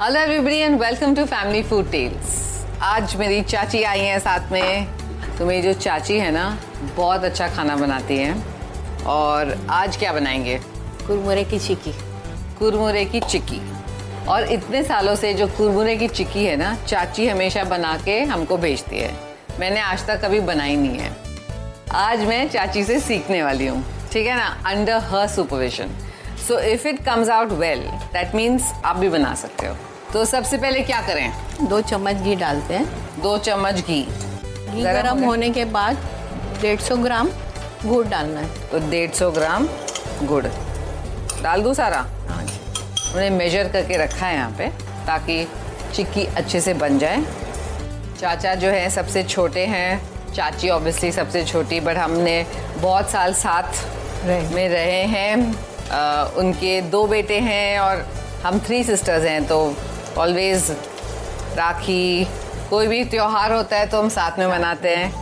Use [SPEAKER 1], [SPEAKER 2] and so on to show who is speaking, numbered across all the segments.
[SPEAKER 1] Hello everybody and welcome to family food tales आज मेरी चाची आई हैं साथ में तो मेरी जो चाची है ना बहुत अच्छा खाना बनाती हैं और आज क्या बनाएंगे
[SPEAKER 2] कुरमुरे की चिकी
[SPEAKER 1] कुरमुरे की चिक्की और इतने सालों से जो कुरमुरे की चिक्की है ना चाची हमेशा बना के हमको भेजती है मैंने आज तक कभी बनाई नहीं है आज मैं चाची से सीखने वाली हूँ ठीक है ना under her supervision so if it comes out well that means आप भी बना सकते हो तो सबसे पहले क्या करें
[SPEAKER 2] दो चम्मच घी डालते हैं
[SPEAKER 1] दो चम्मच घी
[SPEAKER 2] घी
[SPEAKER 1] गरम हो
[SPEAKER 2] गरम
[SPEAKER 1] गया।
[SPEAKER 2] होने के बाद 150 ग्राम गुड़ डालना है
[SPEAKER 1] तो डेढ़ सौ ग्राम गुड़ डाल दूँ सारा उन्हें मेजर करके रखा है यहाँ पे ताकि चिक्की अच्छे से बन जाए चाचा जो है सबसे छोटे हैं चाची ऑब्वियसली सबसे छोटी बट हमने बहुत साल साथ
[SPEAKER 2] रहे।
[SPEAKER 1] में रहे हैं अ, उनके दो बेटे हैं और हम थ्री सिस्टर्स हैं तो ऑलवेज राखी कोई भी त्यौहार होता है तो हम साथ में मनाते हैं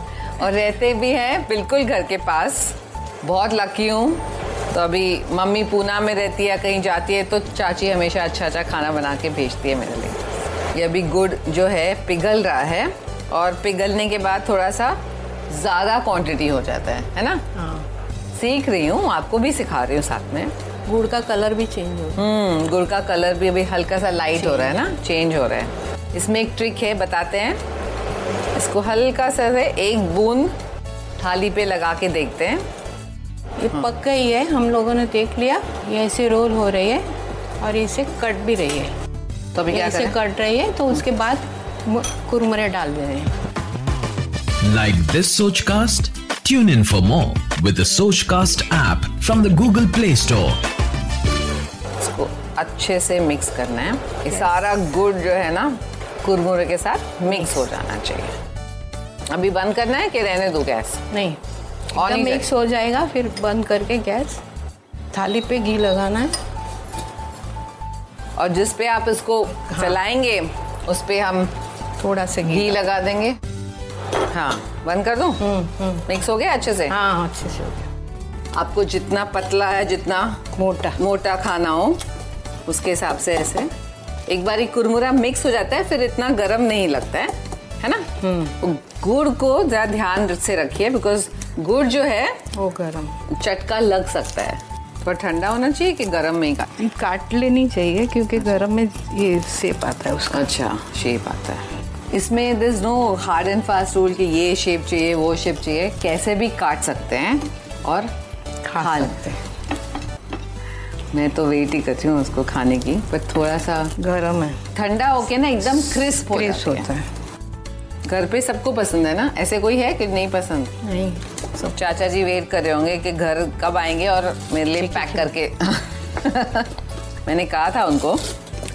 [SPEAKER 1] और रहते भी हैं बिल्कुल घर के पास बहुत लकी हूँ तो अभी मम्मी पूना में रहती है कहीं जाती है तो चाची हमेशा अच्छा अच्छा खाना बना के भेजती है मेरे लिए ये अभी गुड़ जो है पिघल रहा है और पिघलने के बाद थोड़ा सा ज़्यादा क्वांटिटी हो जाता है है ना
[SPEAKER 2] हाँ
[SPEAKER 1] सीख रही हूँ आपको भी सिखा रही हूँ साथ में
[SPEAKER 2] गुड़ का कलर भी चेंज हो
[SPEAKER 1] हम्म गुड़ का कलर भी अभी हल्का सा लाइट हो रहा है ना चेंज हो रहा है इसमें एक ट्रिक है बताते हैं इसको हल्का सा से एक बूंद थाली पे लगा के देखते हैं
[SPEAKER 2] ये
[SPEAKER 1] हाँ।
[SPEAKER 2] पक गई है हम लोगों ने देख लिया ये ऐसे रोल हो रही है और ये इसे कट भी रही है
[SPEAKER 1] तो अभी क्या
[SPEAKER 2] ऐसे
[SPEAKER 1] करें
[SPEAKER 2] कट रही है तो उसके बाद मु- कुरमुरे डाल दे रहे हैं
[SPEAKER 3] Like this Sochcast? Tune in for more with the Sochcast app from the Google Play Store.
[SPEAKER 1] इसको अच्छे से मिक्स करना है ये सारा गुड़ जो है ना कुरमुरे के साथ मिक्स हो जाना चाहिए अभी बंद करना है कि रहने दो गैस
[SPEAKER 2] नहीं
[SPEAKER 1] और
[SPEAKER 2] और
[SPEAKER 1] नहीं
[SPEAKER 2] मिक्स हो जाएगा फिर बंद करके गैस थाली पे घी लगाना है
[SPEAKER 1] और जिस पे आप इसको फैलाएंगे उस पे हम
[SPEAKER 2] थोड़ा सा घी
[SPEAKER 1] घी लगा देंगे हाँ बंद कर दूं मिक्स हो गया अच्छे से
[SPEAKER 2] हाँ हाँ, अच्छे से हो गया।
[SPEAKER 1] आपको जितना पतला है जितना
[SPEAKER 2] मोटा
[SPEAKER 1] मोटा खाना हो उसके हिसाब से ऐसे एक बार ही कुरमुरा मिक्स हो जाता है फिर इतना गर्म नहीं लगता है है ना गुड़ को ज़रा ध्यान से रखिए बिकॉज गुड़ जो है
[SPEAKER 2] वो गरम
[SPEAKER 1] चटका लग सकता है थोड़ा ठंडा होना चाहिए कि गर्म में ही का
[SPEAKER 2] ये काट लेनी चाहिए क्योंकि गरम में ये सेप आता है उसका
[SPEAKER 1] अच्छा शेप आता है इसमें this no hard and fast rule कि ये शेप चाहिए वो शेप चाहिए कैसे भी काट सकते हैं और
[SPEAKER 2] खा
[SPEAKER 1] खा
[SPEAKER 2] सकते हैं
[SPEAKER 1] मैं तो वेट ही करती हूँ उसको खाने की पर थोड़ा सा
[SPEAKER 2] गरम है
[SPEAKER 1] ठंडा होके ना एकदम क्रिस्प हो
[SPEAKER 2] क्रिस्प
[SPEAKER 1] जाती है।
[SPEAKER 2] होता है
[SPEAKER 1] घर पे सबको पसंद है ना ऐसे कोई है कि नहीं पसंद
[SPEAKER 2] नहीं
[SPEAKER 1] सब चाचा जी वेट कर रहे होंगे कि घर कब आएंगे और मेरे लिए पैक करके मैंने कहा था उनको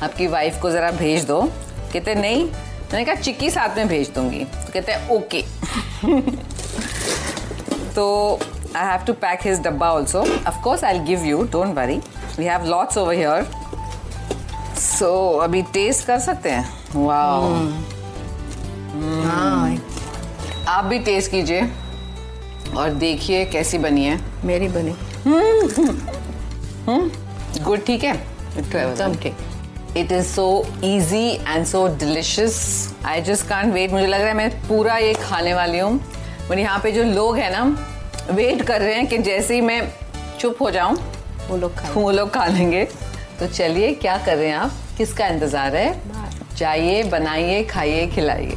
[SPEAKER 1] आपकी वाइफ को ज़रा भेज दो कहते नहीं मैंने कहा चिक्की साथ में भेज दूंगी तो कहते हैं ओके तो I have to pack his डब्बा also of course I give you don't worry we have lots over here so अभी टेस्ट कर सकते हैं वाह
[SPEAKER 2] हाँ
[SPEAKER 1] आप भी टेस्ट कीजिए और देखिए कैसी बनी है
[SPEAKER 2] मेरी बनी
[SPEAKER 1] गुड ठीक है
[SPEAKER 2] एकदम ठीक
[SPEAKER 1] it is so easy and so delicious I just can't wait मुझे लग रहा है मैं पूरा ये खाने वाली हूँ और यहाँ पे जो लोग हैं ना वेट कर रहे हैं कि जैसे ही मैं चुप हो जाऊँ
[SPEAKER 2] वो लोग खाए
[SPEAKER 1] वो लोग खा लेंगे तो चलिए क्या कर रहे हैं आप किसका इंतजार है जाइए बनाइए खाइए खिलाइए